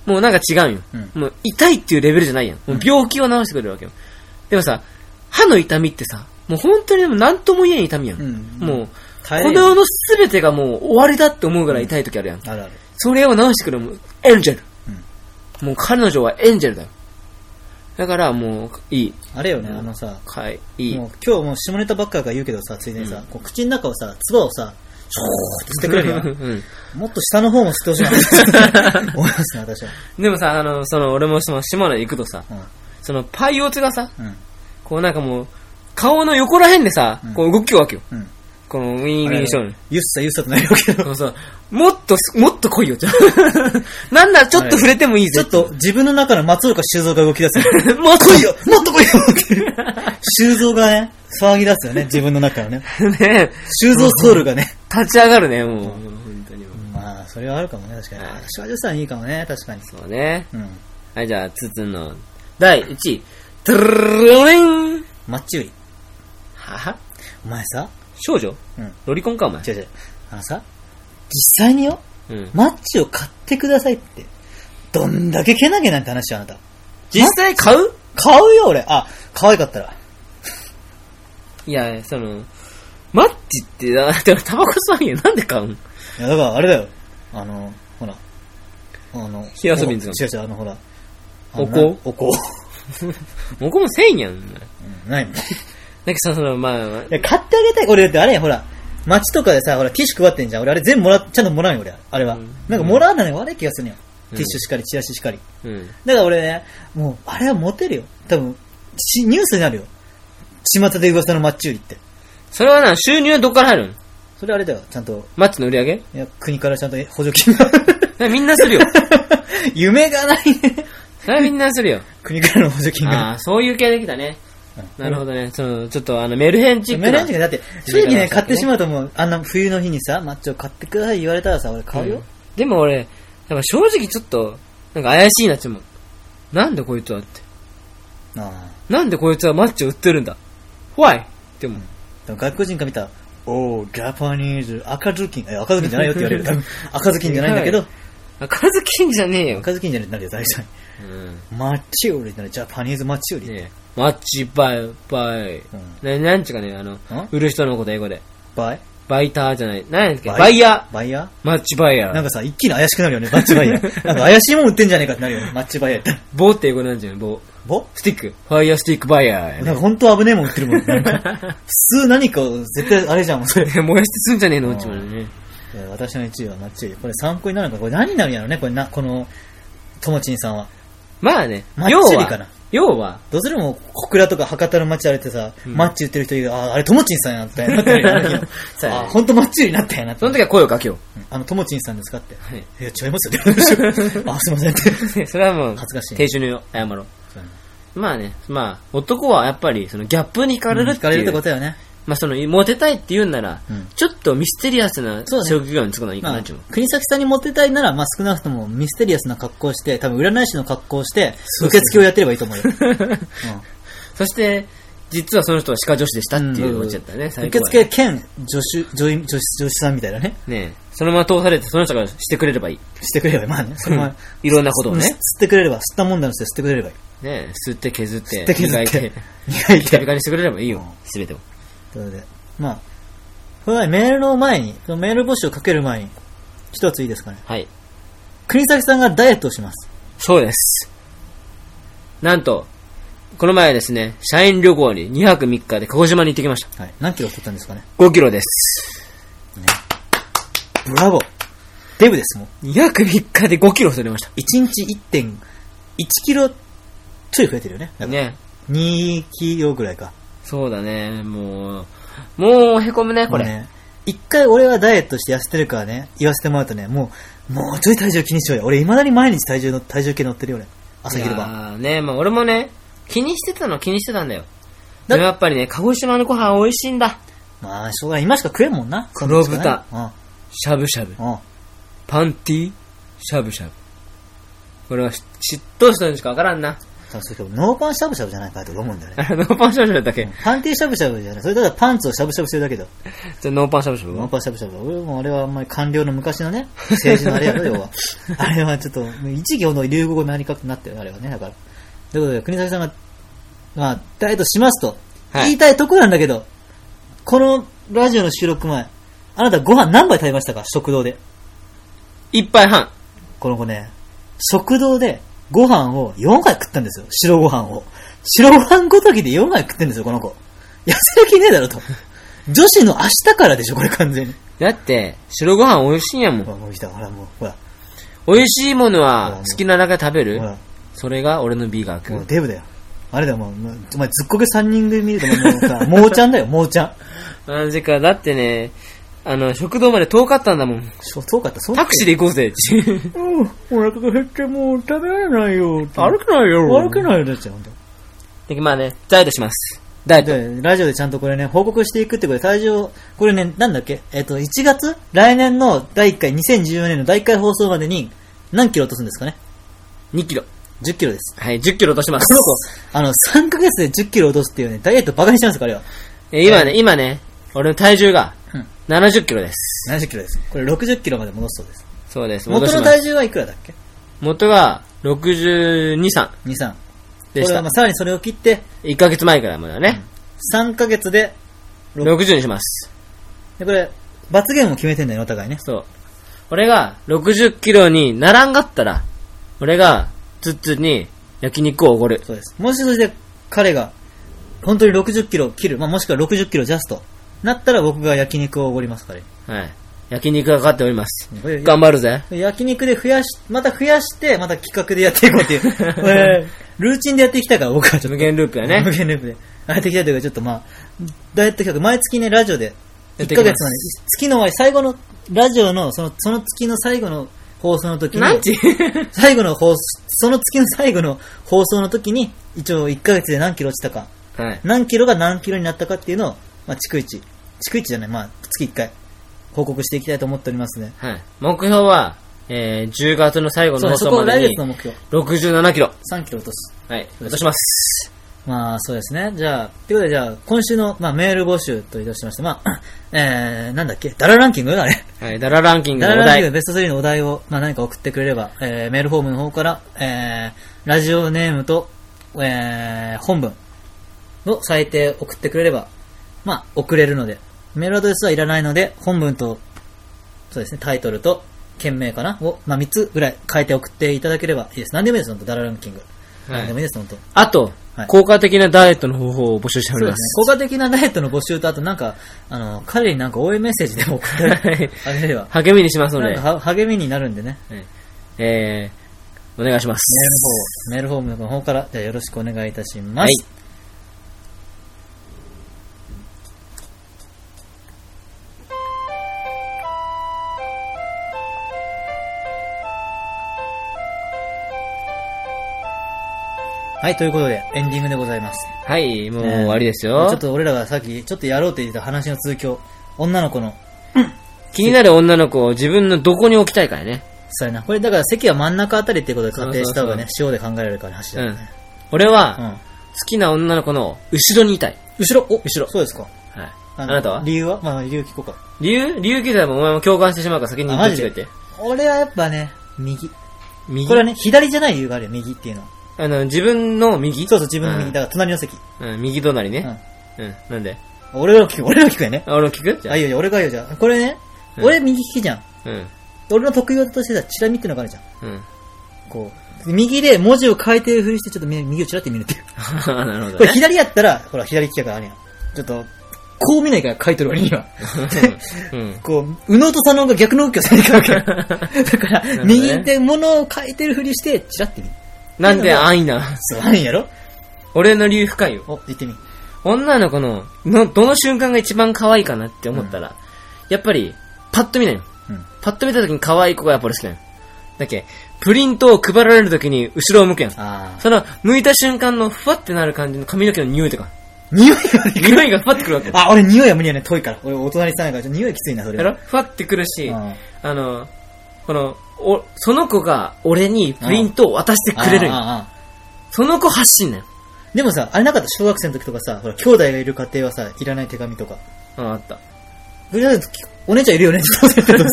B: もうなんか違うんよ。もう痛いっていうレベルじゃないやん。もう病気を治してくれるわけよ。でもさ、歯の痛みってさ、もう本当にでも何とも言えん痛みやん。
A: うん
B: もう、
A: な。
B: この世の全てがもう終わりだって思うぐらい痛い時あるやん。
A: あるある。
B: それを直してくれるもうエンジェル。もう彼女はエンジェルだよ。だからもう、いい。
A: あれよね、あのさ、
B: かい、いい。
A: もう今日もう下ネタばっかが言うけどさ、ついでにさ、こう口の中をさ、唾をさ、ショーって吸ってくれ (laughs) るやん。
B: うん
A: もっと下の方も吸ってほしいな
B: (laughs)
A: って思いますね、私は。
B: でもさ、あの、その、俺もその、島根行くとさ、その、パイオツがさ、
A: うん。うん。
B: こうなんかもう、顔の横ら辺でさ、
A: うん
B: こう動きようわけよ。
A: うん。
B: この、ウィーンウィーンしようの。
A: ゆっさゆっさとなるわけど。
B: そうそう。もっとす、もっと来いよ、 (laughs) じゃあなんならちょっと触れてもいい
A: ち
B: ぜ。
A: ょっと自分の中の松岡修造が動き出すよ
B: (laughs)
A: ね。
B: もっと
A: 来
B: 来
A: いよもっと来いよって。修造がね、騒ぎ出すよね、自分の中のね。
B: いよね
A: 修造ソウルがね。
B: 立ち上がるね、もう。本当にもう
A: まあ、それはあるかもね、確かに。
B: はい
A: 私は女子さんいいかもね、確かに。
B: そうね。
A: うん。
B: はい、じゃあ、つつの、第1位。トゥルルルルン
A: マッチ売り。
B: はは
A: お前さ、
B: 少女
A: うん。
B: ロリコンか、お前
A: 違。う違う。あのさ、実際によ、
B: うん。
A: マッチを買ってくださいって。どんだけけなげなんて話よ、あなた。
B: 実際買う
A: 買うよ、俺。あ、可愛かったら。
B: いや、その、マッチって、だでもタバコ吸わんやん。なんで買うん
A: いや、だからあれだよ。あの、ほら。あの、
B: 火遊びんぞ
A: 違う違う、あの、ほら。あの
B: お香
A: (laughs) お香。
B: 僕も1000円やん。なんか
A: うんないもん。い
B: さ、その、まあ、
A: や、買ってあげたい。俺だってあれや、ほら。街とかでさ、ほら、ティッシュ配ってんじゃん。俺、あれ全部もら、ちゃんともらうよ、俺。あれは。
B: うん
A: なんかもらわないのが悪い気がするのよ。
B: う
A: ティ
B: ん
A: ッシュしかり、チラシしかり。
B: うん。
A: だから俺ね、もう、あれはモテるよ。多分、しニュースになるよ。巷で噂のマッチ売りって。
B: それはな、収入はどっから入るの
A: それあれだよ、ちゃんと。
B: マッチの売り上げ
A: いや、国からちゃんと補助金が。 (laughs)
B: なみんなするよ。
A: 夢がないね。
B: それはみんなするよ。
A: 国からの補助金が。
B: ああ、そういう系できたね。なるほどね。その、ちょっとあの、メルヘンチックな。
A: メレンジがだって、正直
B: 夢がな
A: ね、
B: い
A: 買ってしまうと思う。あんな冬の日にさ、マッチを買ってください言われたらさ、俺買うよ。
B: でも俺、やっぱ正直ちょっと、なんか怪しいなって思う。なんでこいつはって。
A: あ
B: なんでこいつはマッチを売ってるんだ ?Why? って思う。
A: あ。でも外国人から見たら、おー、ジャパニーズ、赤ずきん、え、赤ずきんじゃないよって言われる。多 (laughs) 分赤ずきんじゃないんだけど、
B: 赤ずきんじゃねえよ。
A: 赤ずきんじゃないってなるよ、大体。
B: うん。
A: マッチ売りってなる、ジャパニーズマッチ売り。
B: ねえマッチバイバイ。
A: うん。
B: ね、なんちゅうかね、あの、売る人のこと英語で。
A: バイ
B: バイターじゃない。なんやっけバイヤ
A: ー。バイヤー
B: ー。マッチバイヤ
A: なん
B: ー。
A: かさ、一気に怪しくなるよね、マッチバイヤー。 (laughs) なんか怪しいもん売ってんじゃねえかってなるよね、マッチバイヤーって。
B: 棒って英語なんじゃない棒。
A: ぼ
B: スティック。ファイヤースティックバイヤー (laughs)
A: なんか本当危ねえもん売ってるもん。なんか (laughs) 普通何か絶対あれじゃん、もうそれ。
B: や。燃やしてすんじゃねえの、うちもね。
A: えー私の1位はマッチ売り。これ参考になるのか、これ何になるんやろね、これな、この、ともちんさんは。
B: まあね、
A: マッ
B: 要
A: チ売りかな
B: は、要は、
A: どうするも、小倉とか博多の街歩いてさ、
B: うん
A: マッチ売ってる人いる、あー、あれともちんさんやったんや
B: (laughs)
A: なってなるよ
B: そうやね
A: あー、ほんとマッチ売りになったんやなって
B: その時は声をかけよう。
A: うんあの、ともちんさんですかって。
B: はい。
A: いや、違いますよって。
B: (laughs)
A: あー、すいませんって。
B: それはもう、
A: 恥ずかしい
B: 停止に謝ろう。まあね、まあ、男はやっぱり、そのギャップに惹かれ
A: 聞
B: るって
A: かれるっ
B: い
A: てこ
B: う。
A: とよね。
B: まあその、モテたいって言うんなら
A: うん、
B: ちょっとミステリアスな
A: そうね
B: 職業に就くのいいか
A: ま
B: な
A: あ
B: って思う。、
A: 国崎さんにモテたいなら、まあ、少なくともミステリアスな格好をして、多分占い師の格好をして、
B: そうそ
A: 受
B: う
A: 付をやってればいいと思
B: (laughs)
A: うよ。
B: そして、実はその人は歯科助手でしたっ
A: うん
B: ていうオチだったね、最
A: 受
B: 後は。
A: 付兼助手、女優助手、助手さんみたいなね。
B: ねそのまま通されて、その人がしてくれればいい。
A: してくれれば、まあね、そのまま。
B: いろんなことをね
A: 吸。ってくれれば、吸ったもんだのして吸ってくれればいい。
B: ね吸って削って、
A: 吸って削って
B: 磨いて、
A: 磨い
B: ピカ
A: て。
B: ピカにしてくれればいいよ、すべてを。
A: ということで、まあ、これはメールの前に、そのメール募集をかける前に、一ついいですかね。
B: はい。
A: 国崎さんがダイエットをします。
B: そうです。なんと、この前ですね、社員旅行に2泊3日で鹿児島に行ってきました。
A: はい。何キロ太ったんですかね。
B: 5キロです。
A: ブラボー。デブです、もう。
B: 2泊3日で5キロ太りまし
A: 1日1.1キロちょい増えてるよね。
B: た。ね。
A: 2キロぐらいか。
B: そうだね、もう、もうへこむね、こ
A: もう
B: れ。
A: ね。一回俺がダイエットして痩せてるからね、言わせてもらうとね、もう、もうちょい体重気にしようよ。俺未だに毎日体重の、体重計乗ってるよ、俺。朝昼晩。
B: あね、まあ俺もね、気にしてたのは気にしてたんだよ。
A: だ
B: でもやっぱりね、鹿児島のご飯美味しいんだ。
A: まあ、しょうがない。今しか食えんもんな。
B: 黒豚
A: そんなしかない。
B: しゃぶしゃぶ。
A: うん。うん。
B: パンティしゃぶしゃぶ。これはし嫉妬したのしかわからんな。
A: 多分それけどノーパンしゃぶしゃぶじゃないかと思うんだよね。
B: あれ、ノーパンしゃぶしゃぶだっけ
A: パンティーしゃぶしゃぶじゃない。それただパンツをしゃぶしゃぶしてるだけだ。
B: じゃあノーパンしゃぶしゃぶ
A: ノーパンしゃぶしゃぶ。俺もあれはあんまり官僚の昔のね、政治のあれやろ、要は。 (laughs) あれはちょっと、もう一行の流行語何かになってるよねあれはね、だから。ということで、国崎さんが、まあ、ダイエットしますと、
B: はい
A: 言いたいとこなんだけど、このラジオの収録前、あなたご飯何杯食べましたか食堂で。
B: 一杯半。
A: この子ね、食堂でご飯を4杯食ったんですよ。白ご飯を。白ご飯ごときで4杯食ってんですよ、この子。痩せる気ねえだろと。女子の明日からでしょ、これ完全に。
B: だって、白ご飯美味しいんやも
A: ほら、
B: ん。
A: もう来た、ほら、もう、ほら、
B: 美味しいもの
A: ほら
B: は
A: もう
B: 好きなだけ食べる
A: ほ。ら、
B: それが俺の美学。
A: もうデブだよ。あれだよ、もう、もうお前ずっこけ3人組見ると、もうさ、 (laughs) もうちゃんだよ、もうちゃん。
B: なぜか、だってね、あの、食堂まで遠かったんだもん。
A: そうそうかった、そう
B: タクシー
A: で。
B: で行こうぜ。
A: うん、お腹が減ってもう食べられないよ。
B: 歩けないよ。
A: (laughs) 歩けないよ、だっちゃう、ほんと。
B: で、まあね、ダイエットします。ダイエット。
A: で、ラジオでちゃんとこれね、報告していくってことで、最初、これね、なんだっけえっ、と、1月来年の第1回、2014年の第1回放送までに、何キロ落とすんですかね
B: 2キロ。
A: ?10 キロです。
B: はい、10キロ落としま
A: この子
B: す。、
A: あの、3ヶ月で10キロ落とすっていうね、ダイエットバカにしてますから、あれは。
B: え今ね、今ね、俺の体重が
A: うん
B: 70キロです。
A: 70キロです。これ60キロまで戻すそうです。
B: そうです。戻
A: 元
B: し
A: の
B: ま
A: 体
B: す。
A: 重はいくらだっけ
B: 元が62、3
A: ?2、3。
B: で
A: こ
B: し
A: れは
B: た
A: まあ。さらにそれを切って、
B: 1ヶ月前くらいまではね、
A: 3ヶ月で、ろ
B: 60にします。
A: でこれ、罰ゲームを決めてんだよね、お互いね。
B: そう。俺が60キロにならんかったら、俺がツッツーに焼肉をおごる。
A: そうです。もしそして彼が、本当に60キロを切る、まあ、もしくは60キロジャストなったら僕が焼肉をおごります、彼に。
B: はい。焼肉がかかっております。
A: これ
B: 頑張るぜ。
A: 焼肉で増やし、また増やして、また企画でやっていこう
B: (laughs)
A: っていう。これルーチンでやってきたから、僕はちょっと。
B: 無限ループや
A: 無
B: ね。
A: 限ループで。やってきたというか、ちょっとまあ、ダイエット企画、毎月ね、ラジオで、
B: や
A: 1
B: っていきます
A: ヶ月まで、月の終わり、最後の、ラジオの、その、その月の最後の放送の時に、
B: なんち
A: 最後の放送、その月の最後の放送の時に、一応1ヶ月で何キロ落ちたか、
B: はい。
A: 何キロが何キロになったかっていうのを、まあ、逐一、逐一じゃない、まあ、月1回、報告していきたいと思っておりますね。
B: はい。目標は、えー、10月の最後
A: そ
B: の
A: うね、
B: 放
A: そ
B: 送
A: こを
B: ま
A: 来
B: で
A: 月
B: に
A: の、目標、
B: 67キロ。
A: 3キロ落とす。
B: はい。落とします。
A: まあ、そうですね。じゃあ、ということで、じゃあ、今週の、まあ、メール募集といたしまして、まあ、 (coughs) えー、なんだっけ、ダラランキングだね。
B: はい。ダラランキング
A: ダ
B: の
A: ラ
B: お
A: ランキン
B: 題
A: グ。ベスト3のお題を、まあ、何か送ってくれれば、えー、メールフォームの方から、えー、ラジオネームと、えー、本文を最低送ってくれれば、まあ、送れるので、メールアドレスはいらないので、本文と、そうですね、タイトルと、件名かなを、まあ、3つぐらい変えて送っていただければいいです。何でもいいです、本当ダラランキング。
B: はい
A: 何でもいいです、本当
B: あと、
A: はい
B: 効果的なダイエットの方法を募集しており
A: そう
B: ま。
A: ですすね。効果的なダイエットの募集と、あとなんか、あの、彼になんか応援メッセージでも送って
B: はい
A: あげれば。
B: 励みにしますの
A: なん
B: で
A: か、は励みになるんでね。
B: はいえー、お願いします。
A: メールの方、メールフォームの方から、じゃあよろしくお願いいたします。
B: はい。
A: はい、ということで、エンディングでございます。
B: はい、もう
A: ね
B: 終わりです
A: ちょ
B: よ
A: っ。と俺らがさっき、ちょっとやろうって言ってた話の続きを、女の子の、
B: 気になる女の子を自分のどこに置きたいかやね。
A: そうやな。これだから席は真ん中あたりっていうことで仮定した方がね、塩で考えられるからね、
B: う
A: 柱
B: ん
A: ね。。
B: 俺
A: う
B: は、
A: ん。
B: 好きな女の子の後ろにいたい。
A: 後ろ、お、
B: 後ろ
A: そうですか。
B: はい。
A: あ
B: あ
A: の
B: なたは
A: 理由はまあ理由聞こうか。
B: 理由理由聞いたらもうお前も共感してしまうから先に
A: あ
B: ど
A: マ
B: っ
A: ジ
B: ち
A: で
B: か言って。
A: 俺はやっぱね、右。
B: 右
A: これはね、左じゃない理由があるよ、右っていうのは。
B: あの、自分の右
A: そうそう、自分の右。
B: ん
A: だから隣の席。
B: うん、右隣
A: う
B: ね。
A: ん
B: うん。なんで
A: 俺の聞く、俺の聞くよね。
B: あ、俺も聞くじゃ
A: あ、いいよいいよ、俺が言うよ、じゃあ。これね、
B: うん
A: 俺右利きじゃん。
B: あ。うん。
A: 俺の得意技としてさ、チラ見ってのがあるじゃん。
B: うん。 (laughs)
A: こう。右で文字を書いてるふりして、ちょっとみ右をチラって見るっていう。
B: なるほ
A: こ
B: ど
A: れ
B: ね。
A: 左やったら、ほら、左利きやからあるやん。ちょっと、こう見ないから書いてる割には。
B: うん。
A: こう、右脳と左脳が逆の動きをされてるわけよ。だから、右手物を書いてるふりして、チラって見る。
B: なんで安易な。
A: そう、あるんやろ
B: 俺の理由深いよ。
A: お、言ってみ。
B: 女の子の、の、どの瞬間が一番可愛いかなって思ったら、やっぱり、パッと見ないの。
A: うん。
B: パッと見た時に可愛い子がやっぱり好きなの。だっけ、プリントを配られる時に後ろを向くやん。
A: ああ。
B: その、向いた瞬間のふわってなる感じの髪の毛の匂いと
A: (laughs)
B: か、
A: 匂いがね
B: 匂いがふわってくるわけ。
A: あ、俺匂いは無理やね。遠いから。俺お隣さんやから、ちょっと匂いきついな、それ
B: や
A: は。
B: ろふわってくるし、
A: うん
B: あの、この、お、その子が俺にプリントを渡してくれるん
A: あ
B: よ
A: あああ
B: その子発信だよ。
A: でもさ、あれなかった小学生の時とかさ、ほら、兄弟がいる家庭はさ、いらない手紙とか。
B: うん、あった。
A: グリーンさんお姉ちゃんいるよねって言ってた
B: い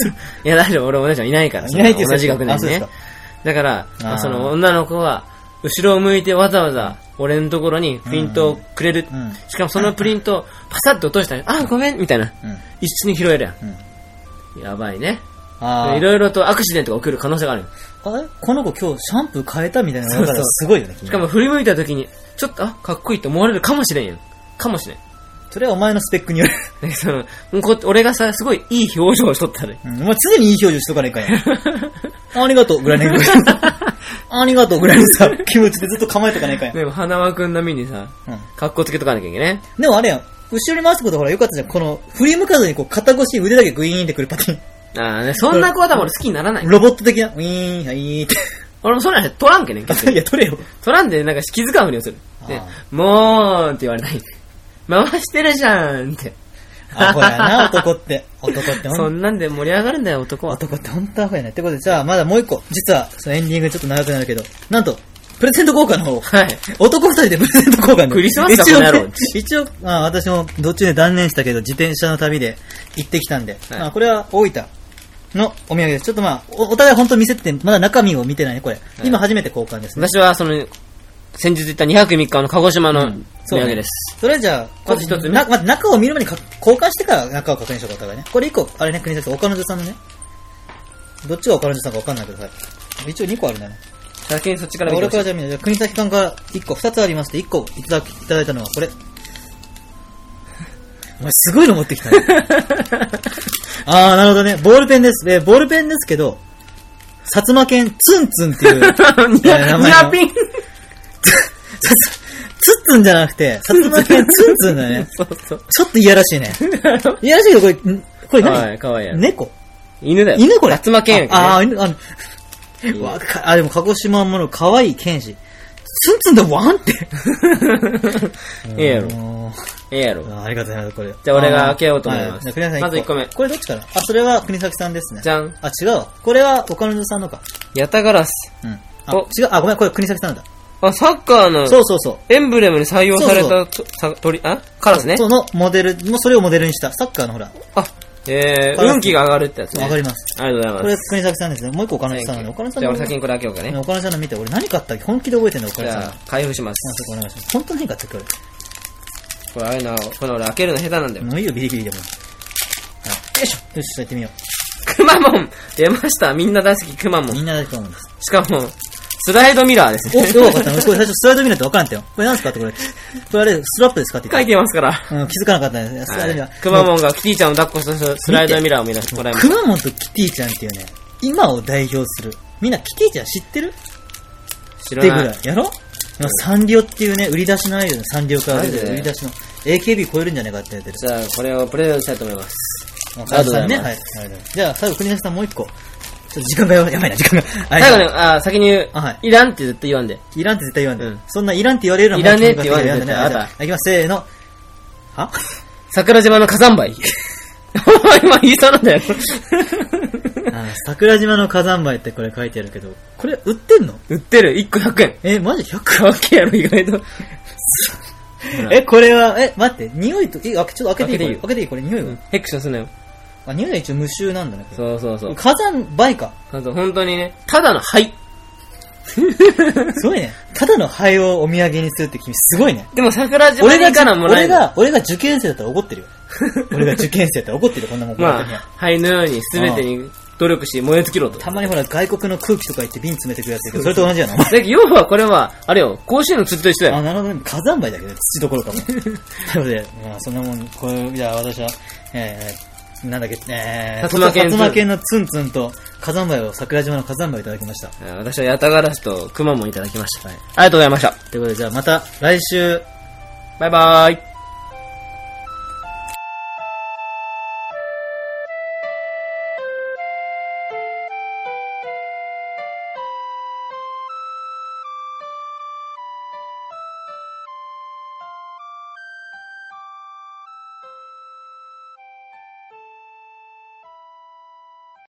B: や、大丈夫、俺お姉ちゃんいないから、
A: いないって
B: 同じ学年
A: あそうです
B: ね
A: か。
B: だから、
A: ー
B: まあその女の子は、後ろを向いてわざわざ、俺のところにプリントをくれる。
A: うん
B: しかもそのプリ
A: (laughs)
B: ントをパサッと落としたら、あー、ごめんみたいな。
A: うん。
B: 一緒に拾えるや
A: うん。
B: ん。やばいね。
A: ああ。
B: いろいろとアクシデントが起きる可能性がある。
A: あれこの子今日シャンプー変えたみたいなのだか
B: そうそ
A: ら
B: う
A: すごいよね、君
B: しかも振り向いた時に、ちょっと、あ、かっこいいって思われるかもしれんやん。かもしれん。
A: それはお前のスペックによる。
B: でその、こう俺がさ、すごいいい表情をしとったね。
A: うん。お前常にいい表情しとかないかんや
B: (laughs)
A: ありがとう、ぐらいの。ありがとう、ぐらいのさ、気持ちでずっと構えとかないかんや
B: でも、花輪くん並みにさ、
A: うん。
B: かっこつけとかなきゃいけないね。
A: でもあれやん。後ろに回すことほら、よかったじゃん。この、振り向かずにこう、肩越し腕だけグイーンってくるパター
B: ああね、そんな子は多分俺好きにならない
A: ン。。ロボット的な、ウィーン、はいーって。
B: 俺もそんなん取らんけねん、結局
A: いや、取れよ。
B: 取らんで、なんか気づかんふりをする。で
A: あ、
B: もーんって言われたい。回してるじゃんって。
A: アホやな、男って。男ってほ
B: そ
A: ん、
B: んなんで盛り上がるんだよ、男は。
A: 男ってほんとアホやね。ってことで、じゃあ、まだもう一個。実は、そのエンディングちょっと長くなるけど、なんと、プレゼント交換の方。
B: はい。
A: 男二人でプレゼント交換
B: クリスマスだ
A: 一応
B: この野郎
A: ね一応、まあ、私も途中で断念したけど、自転車の旅で行ってきたんで、
B: はい
A: まあ、これは大分のお土産です。ちょっとまあ、おお互い本当見せて、まだ中身を見てないね、これ。今初めて交換ですね。
B: 私は、その、先日行った2泊3日の鹿児島の
A: うん
B: 土産です。
A: それじゃあ、
B: まず一つ目
A: なまず中を見る前にか交換してから中を確認しようか、お互いね。これ一個、あれね、国崎さん、お彼女さんのね。どっちがお彼女さんかわかんないけど、はい。一応二個あるんだね。
B: 先にそっちから見て
A: 俺
B: ほ
A: か
B: し
A: らじゃ
B: い、
A: あ見る。じゃあ国崎さんから一個、二つありまして、一個いただきいただいたのはこれ。 (laughs) お前すごいの持ってきたね。ああ、なるほどね。ボールペンです。えーボールペンですけど、薩摩犬ツンツンっていう
B: (laughs) ニ
A: えー名前
B: アニ
A: の
B: アピン
A: ツンツンじゃなくて、薩摩犬ツンツンだね。
B: そう
A: (laughs)
B: そう。
A: ちょっといやらしいね。いやらしいけど、これ、んこれ
B: か
A: 何、
B: わいい、かわいいやろ。
A: 猫
B: 犬だよ。
A: 犬これ
B: 薩摩犬やけどね
A: ああ、犬、あの、わか、あ、でも鹿児島もの可愛い剣士。ツンツンだ、ワンって。
B: (laughs) ええやろ。
A: ろ。
B: ええやろ。
A: あありがとうございます、これ。
B: じゃあ俺が開けようと思います
A: はじゃあ国崎さん
B: まず一個目
A: これどっちかなあ、それは国崎さんですね。
B: じゃん。
A: あ、違うわ。これは岡野さんのか。
B: ヤタガラス。
A: うん。あ、
B: お
A: 違う。あ、ごめん、これ国崎さんだ。
B: あ、サッカーの
A: そうそうそう。
B: エンブレムに採用されたとさ鳥、あカラスね。
A: そのモデル、もうそれをモデルにした。サッカーのほら、
B: あ、え
A: カ
B: ー、
A: ラス
B: 運気が上がるってやつね。
A: わかります。
B: ありがとうご
A: こ
B: ざい
A: れ
B: ます。
A: 国崎さんですね。もう一個岡野さんなんで、岡野さん
B: じゃあ
A: の。
B: 俺先にこれ開けようかね。
A: 岡野さんの見て、俺何買ったっけ本気で覚えてんだよ、岡
B: じ
A: 野さんの。
B: ゃ
A: あ
B: あ、開封しま
A: そ
B: す。
A: こお願いします。本当に何買ったっけ俺。
B: これ、あれな、この俺開けるの下手なんだよ。
A: もういいよ、ビリビリでも。はいよいしょ。よし、やってみよ
B: くまモン出ました。みんな大好きくまモ
A: う。み
B: ン。
A: んなだと思うんです。
B: しかも、スライドミラーです
A: お、
B: ね。
A: よかった。俺これ最初スライド見ないと分からんってよ。これ何すかってこれ。これあれ、スラップですかって
B: 書いてますから。
A: うん、気づかなかったね。スライドミラー
B: くまモンがキティちゃんを抱っこしたスライドミラーを見出してもらいま
A: く
B: す。
A: まモンとキティちゃんっていうね、今を代表する。みんなキティちゃん知ってる
B: 知
A: ってぐ
B: ら
A: ら
B: ないい。。
A: やろ今サンリオっていうね、売り出しのアイドル、サンリオから出て
B: マジ
A: る
B: で
A: 売り出しの AKB 超えるんじゃないかって言われて
B: じゃあ、これをプレゼントしたいと思います。
A: る。まあ、
B: ありがとうござ
A: さん
B: い
A: ね。
B: ます
A: はい。じゃあ、最後、国崎さんもう一個。ちょっと時間がやばいやばいな、時間が。
B: 最後ね、
A: ね。
B: あー、先に言う
A: あはい。
B: いらんって絶対言わんで。
A: いらんって絶対言わんで、
B: うん
A: そんないらんって言われるの
B: いらねえって言わんで
A: いらねえ
B: 絶対
A: はいじゃあいきます、せーの。は
B: 桜島の火山灰。 (laughs) お前今言いそうなんだよ。 (laughs)
A: あ桜島の火山灰ってこれ書いてあるけど、これ売ってんの
B: 売ってる。1個100円。
A: え、マジ 100?
B: わけやろ、意外と。
A: え、これは、え、待って、匂いと、え、あちょっと開けていいこれ開けていいこれ匂いは、
B: ヘクションすんなよ。
A: あ、匂いは一応無臭なんだね。これ
B: そうそうそう。
A: 火山灰か。
B: あと、本当にね、ただの灰。
A: すごいね。ただの灰をお土産にするって君すごいね。
B: でも桜島
A: 俺が
B: に
A: じ、
B: からもらえ
A: 俺
B: る。
A: が、俺が受験生だったら怒ってるよ。俺が受験生だったら怒ってるよ、こんなもん。
B: ま
A: 本当に
B: あ、灰のように全てに努力し燃え尽きろと。
A: たまにほら、外国の空気とか言って瓶詰めてくるやついるけど、それと同じやな、お前
B: だけど、要はこれは、あれよ、甲子園の釣りと一緒だ
A: あ、
B: よ。
A: なるほどね。火山灰だけど、土どころ
B: (laughs)
A: かも。なので、まあ、そんなもん、これ、じゃあ私は、えー、なんだっけ、えー、
B: 薩摩県
A: 薩摩県のツンツンと火山灰を桜島の火山灰をいただきました。
B: あ私はヤタガラスとクマモンいただきました。
A: はい
B: ありがとうございました。
A: ということで、じゃあまた来週、
B: バイバーイ。